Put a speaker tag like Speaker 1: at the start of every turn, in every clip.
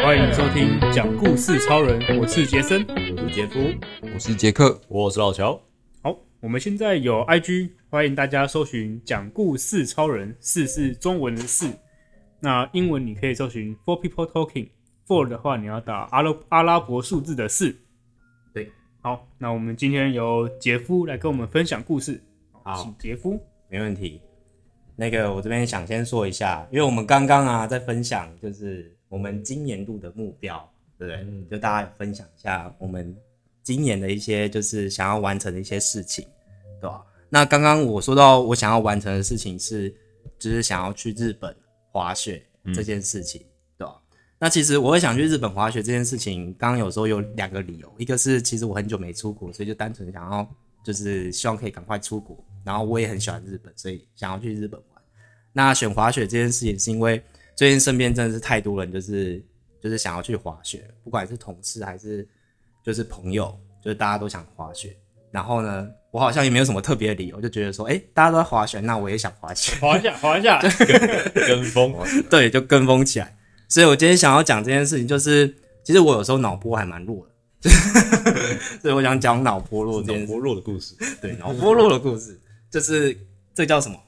Speaker 1: 听《讲故事超人》，我是杰森。
Speaker 2: 我是杰夫，
Speaker 3: 我是杰克，
Speaker 2: 我是老乔。
Speaker 1: 好，我们现在有 IG，欢迎大家搜寻“讲故事超人”，四是中文的四。那英文你可以搜寻 “Four People Talking”。Four 的话，你要打阿拉阿拉伯数字的四。
Speaker 2: 对，
Speaker 1: 好，那我们今天由杰夫来跟我们分享故事。
Speaker 2: 好
Speaker 1: 请杰夫。
Speaker 2: 没问题。那个，我这边想先说一下，因为我们刚刚啊在分享，就是我们今年度的目标，对不对？就大家分享一下我们今年的一些就是想要完成的一些事情，对吧？那刚刚我说到我想要完成的事情是，就是想要去日本滑雪这件事情，对吧？那其实我会想去日本滑雪这件事情，刚刚有时候有两个理由，一个是其实我很久没出国，所以就单纯想要就是希望可以赶快出国，然后我也很喜欢日本，所以想要去日本玩。那选滑雪这件事情，是因为最近身边真的是太多人，就是就是想要去滑雪，不管是同事还是就是朋友，就是大家都想滑雪。然后呢，我好像也没有什么特别的理由，就觉得说，哎、大家都在滑雪，那我也想滑雪。
Speaker 1: 滑一下，滑一 下。
Speaker 3: 跟风，
Speaker 2: 对，就跟风起来。所以我今天想要讲这件事情，就是其实我有时候脑波还蛮弱的， 所以我想讲脑波弱这件事。
Speaker 3: 薄弱的故事，
Speaker 2: 对，脑波弱的故事，就是这叫什么？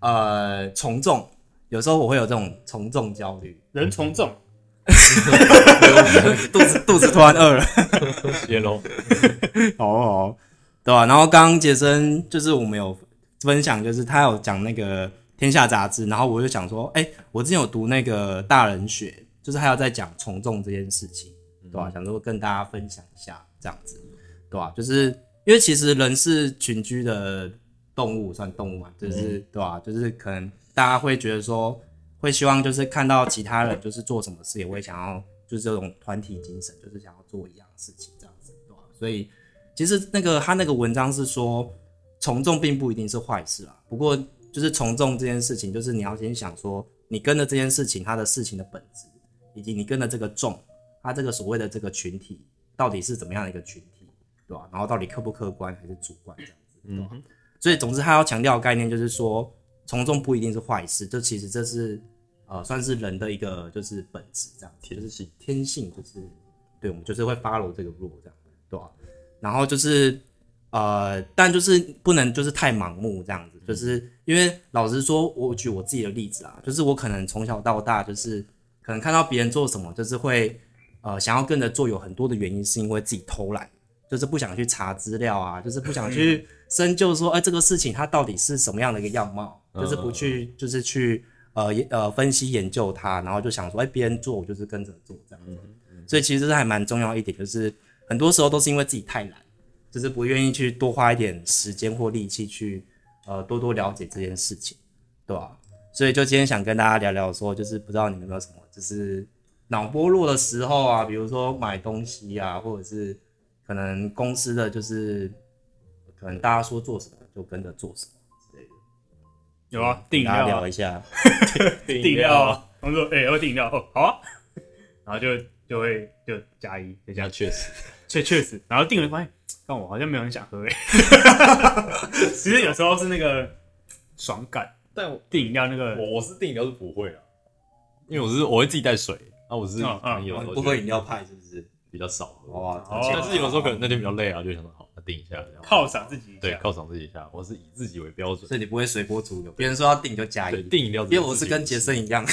Speaker 2: 呃，从众。有时候我会有这种从众焦虑，
Speaker 1: 人从众，
Speaker 2: 肚子肚子突然饿了。
Speaker 3: 谢 喽。
Speaker 2: 哦哦，对吧、然后刚刚杰森就是我们有分享，就是他有讲那个《天下》杂志，然后我就想说，哎、我之前有读那个大人学，就是还有在讲从众这件事情，对吧、想说跟大家分享一下这样子，对吧、啊就是因为其实人是群居的动物，算动物嘛，就是、对吧、就是可能大家会觉得说，会希望就是看到其他人就是做什么事，也会想要就是这种团体精神，就是想要做一样的事情这样子，对吧、所以其实那个他那个文章是说，从众并不一定是坏事啊。不过就是从众这件事情，就是你要先想说，你跟着这件事情，它的事情的本质，以及你跟着这个众，它这个所谓的这个群体，到底是怎么样的一个群体，对吧、然后到底客不客观还是主观这样子，对吧？所以总之他要强调的概念就是说，从众不一定是坏事，就其实这是呃算是人的一个就是本质这样子，天性天性就是对我们就是会 follow 这个 rule 这样，对吧、啊然后就是呃，但就是不能就是太盲目这样子，就是因为老实说，我举我自己的例子啊，就是我可能从小到大就是可能看到别人做什么，就是会呃想要跟着做，有很多的原因是因为自己偷懒，就是不想去查资料啊，就是不想去深究说，哎、这个事情它到底是什么样的一个样貌，就是不去就是去呃也呃分析研究它，然后就想说，哎、别人做我就是跟着做这样
Speaker 3: 嗯
Speaker 2: 子，所以其实这还蛮重要一点，就是很多时候都是因为自己太懒。就是不愿意去多花一点时间或力气去呃多多了解这件事情，对吧、所以就今天想跟大家聊聊说，就是不知道你们有没有什么，就是脑波弱的时候啊，比如说买东西啊，或者是可能公司的就是可能大家说做什么就跟着做什么，
Speaker 1: 有啊，订饮
Speaker 2: 大家
Speaker 1: 料啊
Speaker 2: 聊，一下，
Speaker 3: 订
Speaker 1: 订饮料啊。我们说，哎、要不要订饮料？哦，好啊。然后就就会就加一，就加
Speaker 3: 那啊确实，
Speaker 1: 确确实，然后订了发现，但我好像没有很想喝诶。欸其实有时候是那个爽感，
Speaker 3: 但我
Speaker 1: 订饮料那个
Speaker 3: 我是订饮料是不会啊，因为我是我会自己带水，啊，我是
Speaker 1: 嗯嗯
Speaker 3: 可能有时候
Speaker 2: 不喝饮料派是不是？
Speaker 3: 比较少喝，
Speaker 2: 哇，
Speaker 1: 哦
Speaker 3: 但是有时候可能那天比较累啊，就想说好，那订一下，这样
Speaker 1: 犒赏自己一下。
Speaker 3: 对犒赏自己一下，我是以自己为标准，
Speaker 2: 所以你不会随波逐流，别人说要订就加
Speaker 3: 对，
Speaker 2: 一，
Speaker 3: 订饮料，
Speaker 2: 因为我是跟杰，森一样。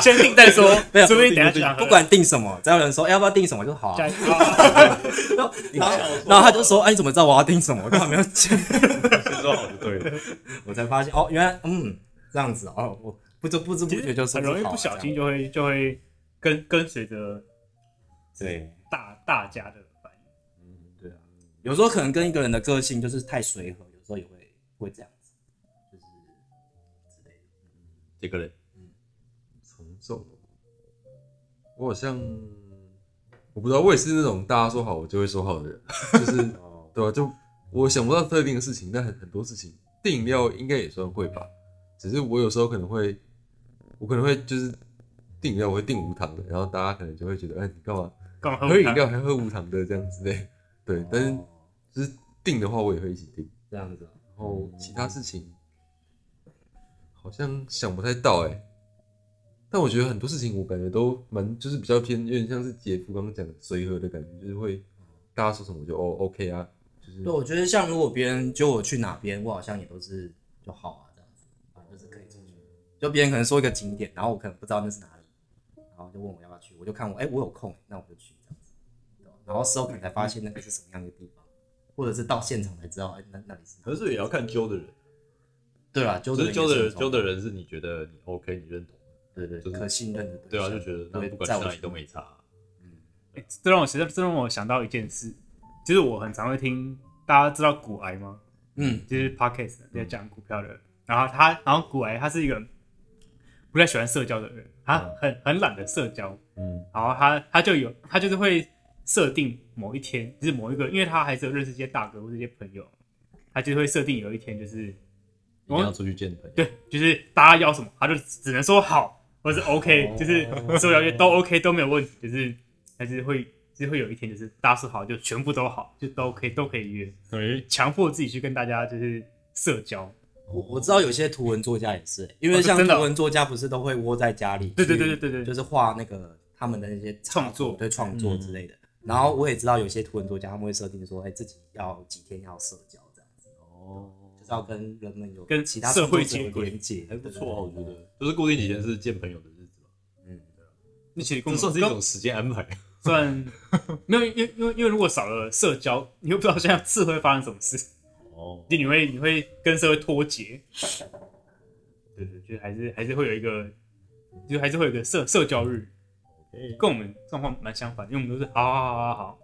Speaker 1: 先订再说，
Speaker 2: 没有
Speaker 1: 说不定等一下就想喝
Speaker 2: 不管定什么，只要有人说、哎要不要定什么就好、啊
Speaker 1: 加。一 啊
Speaker 2: 然后然后他就说：“哎、你怎么知道我要定什么？我根本没有讲。
Speaker 3: 先说好就对了，”
Speaker 2: 我才发现哦，原来嗯这样子哦，我不知不知不觉就说
Speaker 1: 很
Speaker 2: 啊
Speaker 1: 容易不小心就会就会跟跟随着
Speaker 2: 对。
Speaker 1: 大大家的反应。
Speaker 3: 啊
Speaker 2: 有时候可能跟一个人的个性就是太随和，有时候也会会这样子，就是
Speaker 3: 这个人
Speaker 4: 从众，我好像我不知道，我也是那种大家说好我就会说好的人， 就是
Speaker 3: 哦
Speaker 4: 对吧、啊就我想不到特定的事情，但很很多事情，订饮料应该也算会吧。只是我有时候可能会，我可能会就是订饮料，我会订无糖的，然后大家可能就会觉得，哎，你干嘛
Speaker 1: 干嘛喝
Speaker 4: 喝
Speaker 1: 无
Speaker 4: 饮
Speaker 1: 糖？
Speaker 4: 料还喝无糖的这样之类。对，但是
Speaker 2: 哦
Speaker 4: 就是订的话，我也会一起订。
Speaker 2: 这样子哦。
Speaker 4: 然后其他事情好像想不太到哎、欸但我觉得很多事情我感觉都蛮就是比较偏，有点像是姐夫刚刚讲的随和的感觉，就是会大家说什么我就哦 OK 啊，就是
Speaker 2: 对，我觉得像如果别人揪我去哪边，我好像也都是就好啊这样子，反正就是可以进去。就别人可能说一个景点，然后我可能不知道那是哪里，然后就问我要不要去，我就看我哎、我有空，那我就去这样子。对吧然后事后可能才发现那个是什么样的地方，或者是到现场才知道哎、那那里是哪
Speaker 3: 可是也要看揪的人，
Speaker 2: 对啦，揪
Speaker 3: 就
Speaker 2: 的
Speaker 3: 是揪的人，揪
Speaker 2: 的
Speaker 3: 的人是你觉得你 OK，你认同，
Speaker 2: 对对
Speaker 3: 就是
Speaker 2: 可信任的
Speaker 3: 对啊，
Speaker 2: 象
Speaker 3: 就觉得
Speaker 2: 对
Speaker 3: 那不管
Speaker 2: 在
Speaker 3: 去
Speaker 2: 我
Speaker 3: 哪里
Speaker 2: 心
Speaker 3: 都
Speaker 2: 中
Speaker 3: 没差。
Speaker 1: 欸这让我实在这让我想到一件事，就是我很常会听大家知道股癌吗？
Speaker 2: 嗯，
Speaker 1: 就是 podcast 在讲股票的人，然后他，然后古癌他是一个不太喜欢社交的人，他
Speaker 2: 嗯
Speaker 1: 很很懒得社交，
Speaker 4: 嗯，
Speaker 1: 然后他他就有他就是会设定某一天，就是某一个，因为他还是有认识一些大哥或者一些朋友，他就会设定有一天就是
Speaker 3: 一定要出去见朋友，
Speaker 1: 对，就是大家要什么，他就只能说好或者是 OK，、就是所有要求都 OK 都没有问题，就是还是会就是会有一天就是大家说好就全部都好，就都可以都可以约，
Speaker 3: 等于
Speaker 1: 强迫自己去跟大家就是社交。
Speaker 2: 我我知道有些图文作家也是、欸因为像
Speaker 1: 真的哦
Speaker 2: 图文作家不是都会窝在家里去，
Speaker 1: 对对对对对对
Speaker 2: 就是画那个他们的那些插
Speaker 1: 创作
Speaker 2: 对创作之类的。然后我也知道有些图文作家他们会设定说，哎、自己要几天要社交这样子，
Speaker 3: 哦，
Speaker 2: 就是要跟人们有
Speaker 1: 跟
Speaker 2: 其他
Speaker 1: 社会
Speaker 2: 创作者有
Speaker 1: 接轨
Speaker 2: 连接，
Speaker 3: 还不
Speaker 2: 对
Speaker 3: 错啊，
Speaker 1: 哦
Speaker 3: 我觉得，就是固定几天是见朋友的日子嘛，
Speaker 2: 嗯，
Speaker 1: 那其实跟
Speaker 3: 这
Speaker 1: 我
Speaker 3: 算是一种时间安排。
Speaker 1: 算没有，因为因为因为如果少了社交，你又不知道现在是会发生什么事，
Speaker 3: 哦，
Speaker 1: 就你会你会跟社会脱节。对对，就还是还是会有一个，就还是会有一个社社交日，跟我们状况蛮相反，因为我们都是好好好好好，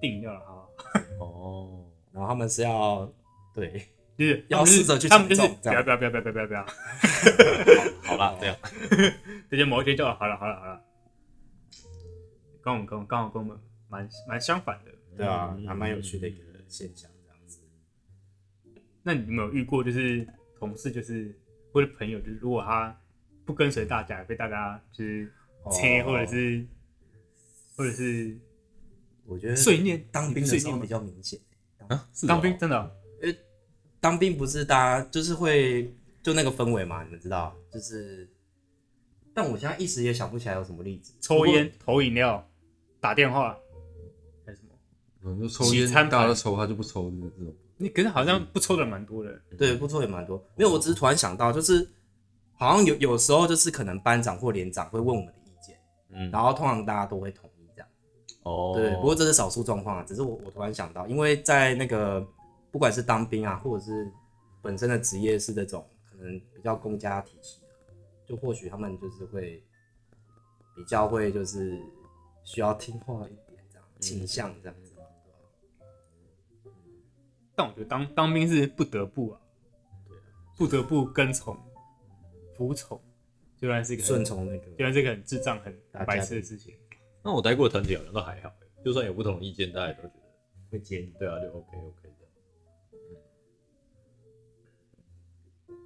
Speaker 1: 订饮料了，好好，
Speaker 3: 哦，
Speaker 2: 然后他们是要对，
Speaker 1: 就是他
Speaker 2: 要
Speaker 1: 们就是
Speaker 2: 试着去
Speaker 1: 他们就是
Speaker 2: 抢
Speaker 1: 不
Speaker 2: 这
Speaker 1: 要
Speaker 2: 样
Speaker 1: 不要不要不要不要不要，
Speaker 3: 好啦，这样
Speaker 1: 直接某一天就好了好了好了，跟我们跟我们刚好跟我们蛮蛮相反的。
Speaker 2: 对啊，还蛮有趣的一个现象这样子。
Speaker 1: 那你有没有遇过，就是同事，就是或者朋友，就是如果他不跟随大家，被大家就是切，
Speaker 2: 哦
Speaker 1: 或者是或者是
Speaker 2: 我觉得
Speaker 1: 碎念
Speaker 2: 当兵的时
Speaker 1: 碎
Speaker 2: 候
Speaker 1: 念
Speaker 2: 比较明显。
Speaker 3: 啊，是
Speaker 1: 当兵真的哦
Speaker 2: 当兵不是大家就是会就那个氛围嘛，你们知道，就是，但我现在一时也想不起来有什么例子。
Speaker 1: 抽烟、投饮料、打电话，还有什么？
Speaker 4: 可能就抽
Speaker 1: 洗
Speaker 4: 烟，
Speaker 1: 餐
Speaker 4: 大
Speaker 1: 盘
Speaker 4: 家都抽，他就不抽这种。
Speaker 1: 你可是好像不抽的蛮多的，
Speaker 2: 对，不错也蛮多。没有，我只是突然想到，就是好像有有时候就是可能班长或连长会问我们的意见，
Speaker 3: 嗯
Speaker 2: 然后通常大家都会同意这样。
Speaker 3: 哦，
Speaker 2: 对，不过这是少数状况啊。只是我我突然想到，因为在那个不管是当兵啊，或者是本身的职业是这种可能比较公家体系的，就或许他们就是会比较会就是需要听话一点这样倾向这样子吧。
Speaker 1: 但我觉得当当兵是不得不啊，不得不跟从、服从，虽然是一个
Speaker 2: 顺
Speaker 1: 很
Speaker 2: 从那个，
Speaker 1: 虽然是一个很智障、很
Speaker 2: 大家
Speaker 1: 白痴的事情。
Speaker 3: 那我待过的团体好像都还好欸，就算有不同的意见，大家也都觉得
Speaker 2: 会接你。
Speaker 3: 对啊，就 OK OK 的。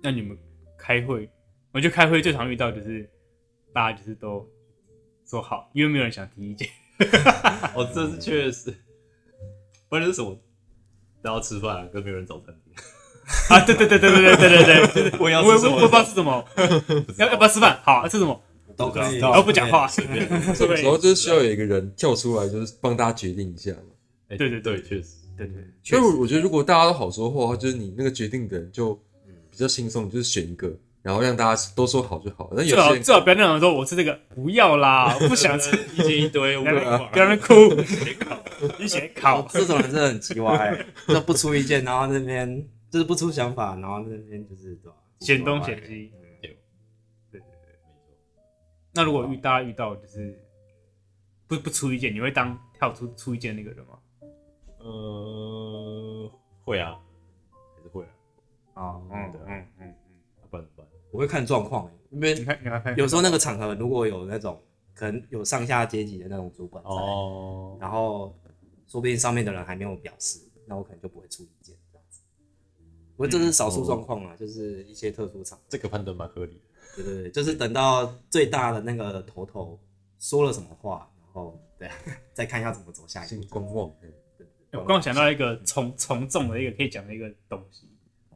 Speaker 1: 那你们开会，我觉得开会最常遇到就是大家就是都说好，因为没有人想提意见。
Speaker 3: 哦，这是确实，不然就是 什么，然后吃饭、啊、跟没有人找餐厅，
Speaker 1: 啊，对对对对对对对对对，
Speaker 3: 我也要
Speaker 1: 我
Speaker 3: 吃
Speaker 1: 我
Speaker 3: 什
Speaker 1: 我
Speaker 3: 么
Speaker 1: 不知道吃什 么，要要不要吃饭？好，吃什么？
Speaker 2: 都可以，
Speaker 1: 然后不讲话，
Speaker 4: 这种时 候
Speaker 1: 对
Speaker 4: 就是需要有一个人跳出来，就是帮大家决定一下嘛。
Speaker 3: 哎
Speaker 1: 对对对
Speaker 3: 对，确实，
Speaker 1: 对对，
Speaker 4: 所以我觉得，如果大家都好说话，就是你那个决定的人就比较轻松，就是选一个，然后让大家都说好就好。那有
Speaker 1: 最好
Speaker 4: 些人
Speaker 1: 最好不要那种说我吃这个不要啦，我不想吃，
Speaker 3: 意 见一堆，我
Speaker 1: 不要 在那边不要在那边 哭，你写考，
Speaker 2: 这种人真的很奇怪、欸就不出意见，然后那边就是不出想法，然后那边就是对吧？
Speaker 1: 嫌东嫌 西。那如果遇大家遇到就是不不出意见，你会当跳出出意见那个人吗？
Speaker 3: 呃，会啊，还是会啊，
Speaker 2: 啊，
Speaker 1: 嗯
Speaker 2: 嗯，
Speaker 1: 嗯嗯嗯，
Speaker 3: 啊不然怎么办？
Speaker 2: 我会看状况、欸因
Speaker 1: 你
Speaker 2: 为
Speaker 1: 看你看 看
Speaker 2: 有时候那个场合如果有那种可能有上下阶级的那种主管在，
Speaker 3: 哦，
Speaker 2: 然后说不定上面的人还没有表示，那我可能就不会出意见这样子。不过这是少数状况
Speaker 4: 嗯哦
Speaker 2: 啊，就是一些特殊场合，
Speaker 3: 这个判断蛮合理的，
Speaker 2: 对对对，就是等到最大的那个头头说了什么话，然后对， 再看一下怎么走下一
Speaker 4: 先
Speaker 2: 步。
Speaker 4: 观望，
Speaker 1: 我刚刚想到一个从从众的一个可以讲的一个东西，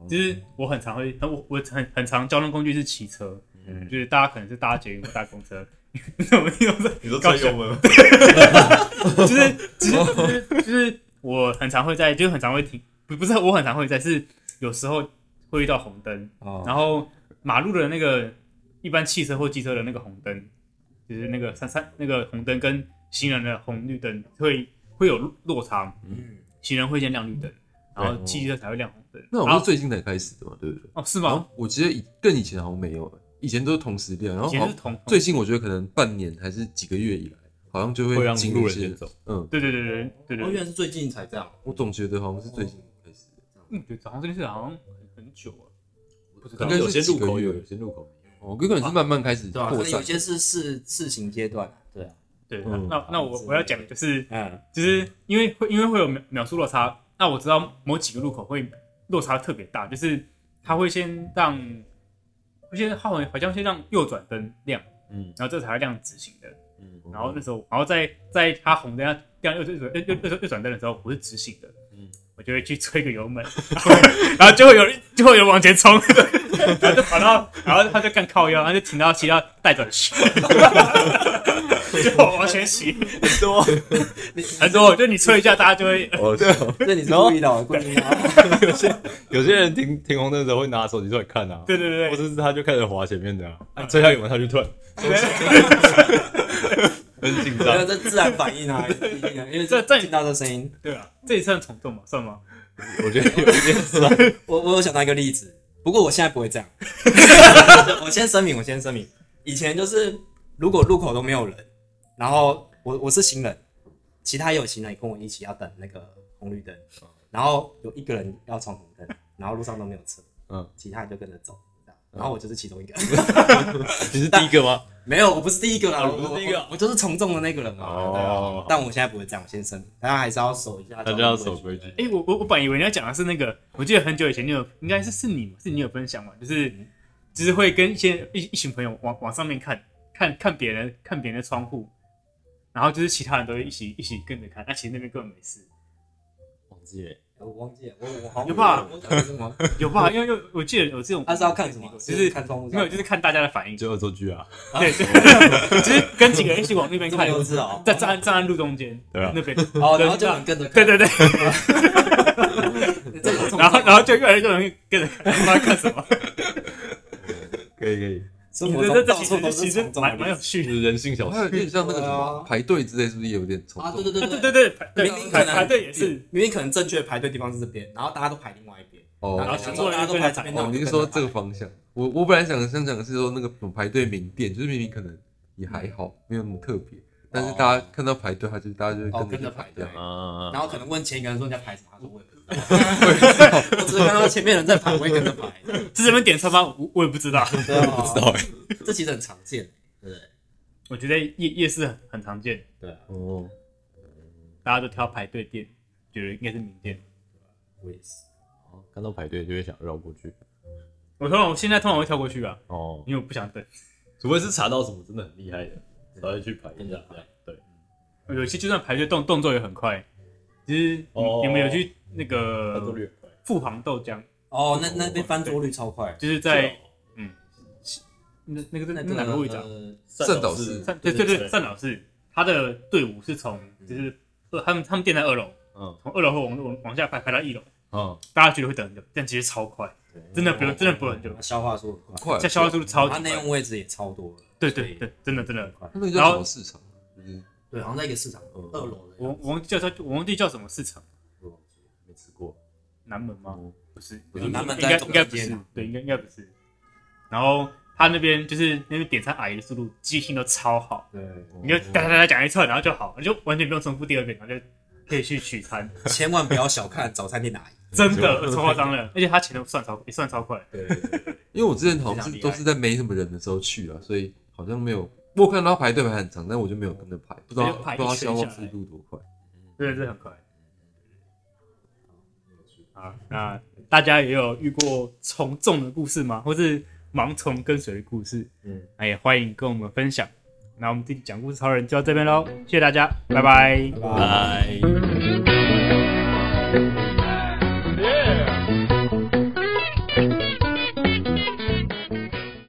Speaker 1: 就是我很常会，我我很很常交通工具是骑车，
Speaker 2: 嗯
Speaker 1: 就是大家可能是搭捷运或搭公车， 我们听都是
Speaker 3: 你说
Speaker 1: 搞
Speaker 3: 最幽默，
Speaker 1: 就是只是就是就是我很常会在，就是很常会停，不不是我很常会在，是有时候会遇到红灯，
Speaker 2: 哦
Speaker 1: 然后马路的那个一般汽车或机车的那个红灯，就是那个三三那个红灯跟行人的红绿灯会会有落差，
Speaker 2: 嗯
Speaker 1: 行人会先亮绿灯，然后汽车才会亮红灯。
Speaker 4: 哦那
Speaker 1: 然
Speaker 4: 我是
Speaker 1: 后
Speaker 4: 最近才开始的嘛，对不对？
Speaker 1: 哦是
Speaker 4: 然
Speaker 1: 吗？
Speaker 4: 后我记得以更以前好像没有，以前都是同时练，然后
Speaker 1: 以前是
Speaker 4: 好像
Speaker 1: 同
Speaker 4: 哦最近我觉得可能半年还是几个月以来，好像就
Speaker 3: 会
Speaker 4: 会
Speaker 3: 让
Speaker 4: 进
Speaker 3: 路
Speaker 4: 入
Speaker 3: 人
Speaker 4: 一些
Speaker 3: 先，走。
Speaker 4: 嗯，
Speaker 1: 对对对对对
Speaker 2: 我
Speaker 1: 对
Speaker 2: 哦原
Speaker 1: 对，
Speaker 2: 来是最近才这样，
Speaker 4: 我总觉得好像是最近开始，
Speaker 1: 嗯，对，早上这件事好像很很久了，不知
Speaker 3: 可
Speaker 1: 道
Speaker 3: 能有些
Speaker 4: 应该
Speaker 3: 路
Speaker 4: 是几
Speaker 3: 口
Speaker 4: 个月
Speaker 3: 有，有些路口没有
Speaker 4: 哦，有可能是慢慢开始
Speaker 2: 对吧、
Speaker 4: 扩
Speaker 2: 可能啊有
Speaker 4: 散，
Speaker 2: 些是事事情阶段，对啊，
Speaker 1: 对，那
Speaker 4: 嗯
Speaker 1: 那那我我要讲的就是。
Speaker 2: 嗯，
Speaker 1: 就是因为会因为会有秒秒数落差，那我知道某几个路口会落差特别大，就是它会先让，会先好像好像先让右转灯亮，
Speaker 3: 嗯
Speaker 1: 然后这才会亮直行的，
Speaker 3: 嗯
Speaker 1: 然后那时候，然后在在它红灯要亮右转右右右右转灯的时候，我是直行的，
Speaker 3: 嗯
Speaker 1: 我就会去吹个油门， 然后然后就会有人就会有人往前冲，然后就跑到，然后他就干靠腰，然后就停到骑到待转区， 就往前骑，
Speaker 2: 很多，你
Speaker 1: 很多，就你吹一下，大家就会
Speaker 3: 哦，对，
Speaker 2: 这你是故意的哦，故意的哦。
Speaker 3: 有些有些人停停红灯的时候会拿手机出来看啊，
Speaker 1: 对对对
Speaker 3: 或者是他就开始滑前面的啊，啊吹下油门他就突然， 很紧
Speaker 2: 没有，
Speaker 3: 张，
Speaker 2: 这自然反应 啊，一定的，因为
Speaker 1: 这这
Speaker 2: 听到这声音，
Speaker 1: 对啊，这也算从众嘛，算吗？
Speaker 3: 我觉得有一点是啊，
Speaker 2: 我我有想到一个例子，不过我现在不会这样。 我先声明，我先声明，以前就是如果路口都没有人，然后我我是行人，其他也有行人跟我一起要等那个红绿灯，然后有一个人要闯红灯，然后路上都没有车，
Speaker 3: 嗯，
Speaker 2: 其他人就跟着走，这样然后我就是其中一个。
Speaker 3: 你是第一个吗？
Speaker 2: 没有，我不是第一个啦，
Speaker 3: 啊
Speaker 2: 我
Speaker 3: 你不是第一个啊
Speaker 2: 我我就是从众的那个人嘛。
Speaker 3: 哦
Speaker 2: 对啊但我现在不会这样，我先声明，大家还是要守一下，
Speaker 3: 大家要守规矩。
Speaker 1: 哎、我我我本来以为你要讲的是那个，我记得很久以前你有，应该是是你嘛，是你有分享嘛，就是就是会跟一些一一群朋友往往上面看，看看别人看别人的窗户，然后就是其他人都会一起一起跟着看，那、其实那边根本没 事，
Speaker 3: 忘记了，
Speaker 2: 我忘记了，我我好像
Speaker 1: 有吧
Speaker 2: 我讲过什么？
Speaker 1: 有吧？因为又我记得有这种，
Speaker 2: 他是要看 什么？
Speaker 1: 就是
Speaker 2: 看窗户
Speaker 1: 没有，就是看大家的反应，
Speaker 3: 就恶作剧啊，
Speaker 1: 对，对就是跟几个人一起往那边
Speaker 2: 看
Speaker 1: 看，
Speaker 2: 幼稚哦。
Speaker 1: 在站站在路中间，
Speaker 3: 对啊
Speaker 1: 那边，
Speaker 2: 哦，然后就很跟着
Speaker 1: 对
Speaker 2: 看，
Speaker 1: 对 对，
Speaker 2: 这种
Speaker 1: 然后然后就越来越多人跟着看， 不知道看什么，
Speaker 3: 可以可以，
Speaker 2: 生
Speaker 1: 你
Speaker 2: 活
Speaker 1: 这
Speaker 2: 中
Speaker 1: 这
Speaker 2: 到
Speaker 1: 其
Speaker 2: 处
Speaker 1: 实
Speaker 2: 都
Speaker 1: 其
Speaker 2: 是
Speaker 1: 实
Speaker 2: 从众
Speaker 1: 蛮
Speaker 2: 的
Speaker 1: 蛮
Speaker 2: 例
Speaker 1: 有
Speaker 2: 子
Speaker 1: 趣
Speaker 3: 就
Speaker 1: 的。
Speaker 3: 是人性小
Speaker 4: 还有
Speaker 3: 事，
Speaker 4: 点像那个什
Speaker 2: 对
Speaker 4: 么
Speaker 2: 啊
Speaker 4: 排队之类，是不是也有点冲
Speaker 2: 啊，
Speaker 4: 动？
Speaker 2: 对对对
Speaker 1: 对对对，排
Speaker 2: 明
Speaker 1: 对
Speaker 2: 明
Speaker 1: 排
Speaker 2: 可能
Speaker 1: 排队也是，
Speaker 2: 明明可能正确排队地方是这边，然后大家都排另外一边，
Speaker 4: 哦
Speaker 1: 然后
Speaker 2: 想
Speaker 1: 全
Speaker 2: 说
Speaker 1: 部人
Speaker 2: 大家都排这边，那
Speaker 4: 哦
Speaker 2: 我，就
Speaker 4: 你
Speaker 2: 跟
Speaker 4: 是
Speaker 2: 着
Speaker 4: 说
Speaker 2: 排
Speaker 4: 这个方向？我我本来想想讲的是说那个什么排队名店，就是明明可能也还好，没有那么特别，但是大家看到排队，他就大家就会
Speaker 2: 哦
Speaker 4: 跟
Speaker 2: 跟着
Speaker 4: 着
Speaker 2: 排
Speaker 4: 排
Speaker 2: 队
Speaker 4: 队。，
Speaker 3: 啊，
Speaker 2: 然后可能问前一个人说你在排什么，他说我也 不知道，我只是看到前面人在排，我也跟着 排，
Speaker 1: 是这边点餐吗？我我也不知道。
Speaker 2: 对啊，
Speaker 3: 不知道哎，
Speaker 2: 这其实很常见，对不对？
Speaker 1: 我觉得夜夜市很很常见，
Speaker 2: 对啊，
Speaker 4: 哦，
Speaker 1: 大家都挑排队店，觉得应该是名店。
Speaker 2: 我也是。
Speaker 3: 哦看到排队就会想绕过去，
Speaker 1: 我通常我现在通常会跳过去啊，
Speaker 3: 哦，
Speaker 1: 因为我不想等。
Speaker 3: 除非是查到什么真的很厉害的，才会去排一下，这样对，
Speaker 1: 有些就算排队动动作也很快。其实你
Speaker 3: 哦
Speaker 1: 你们有去那
Speaker 3: 他都
Speaker 1: 个
Speaker 3: 略快，
Speaker 1: 富航豆浆，
Speaker 2: 哦，那那边翻桌率超快，
Speaker 1: 就是哦在那那个在
Speaker 2: 那
Speaker 1: 那哪个位置啊？
Speaker 2: 个呃
Speaker 4: 圣岛市
Speaker 1: 站对对对，站老师他的队伍是从
Speaker 2: 嗯
Speaker 1: 就是呃他们他们店在二楼，
Speaker 3: 嗯
Speaker 1: 从二楼往往往下排排到一楼，
Speaker 3: 嗯，
Speaker 1: 大家觉得会等很久，但其实超快，真的不用真的不用很久
Speaker 2: 呃，消化速很快，
Speaker 4: 快，
Speaker 1: 在消化速度超
Speaker 2: 哦它
Speaker 1: 级
Speaker 2: 内
Speaker 1: 快。
Speaker 2: 用位置也超多了，
Speaker 1: 对对对，真的真的
Speaker 2: 很，快。
Speaker 4: 那个叫什么市场？哦就是
Speaker 2: 对，好像在一个市场二楼的
Speaker 1: 我
Speaker 2: 样子，
Speaker 1: 我忘记叫叫我忘记叫什么市场，
Speaker 3: 没吃过，
Speaker 1: 南门吗？哦不是，
Speaker 2: 不是
Speaker 1: 应该
Speaker 2: 南门
Speaker 1: 应
Speaker 2: 在
Speaker 1: 该
Speaker 2: 中
Speaker 1: 应该不
Speaker 2: 间
Speaker 1: 是
Speaker 2: 啊，
Speaker 1: 对，应该应该不是。然后他那边就是那边点餐阿姨的速度记性都超好，
Speaker 2: 对，
Speaker 1: 你就哒哒哒讲一串，然后就好，你就完全不用重复第二遍，然后就可以去取 餐，
Speaker 2: 千万不要小看早餐 店的阿姨。
Speaker 1: 真的超夸张的，而且他钱都算超也算超快，
Speaker 2: 对，对对
Speaker 4: 因为我之前好像是都是在没什么人的时候去啊，所以好像没有。我看到他排队排很长，但我就没有跟着排，不知道
Speaker 1: 就
Speaker 4: 不
Speaker 1: 排一
Speaker 4: 知道他
Speaker 1: 圈
Speaker 4: 消化
Speaker 1: 下
Speaker 4: 速
Speaker 1: 来
Speaker 4: 度多快。
Speaker 1: 真的是很快。啊，那大家也有遇过从众的故事吗？或是盲从跟随的故事？嗯
Speaker 2: 嗯，
Speaker 1: 那也欢迎跟我们分享。那我们这期讲故事超人就到这边喽，谢谢大家，拜拜。
Speaker 2: 对
Speaker 3: 拜。
Speaker 2: 拜。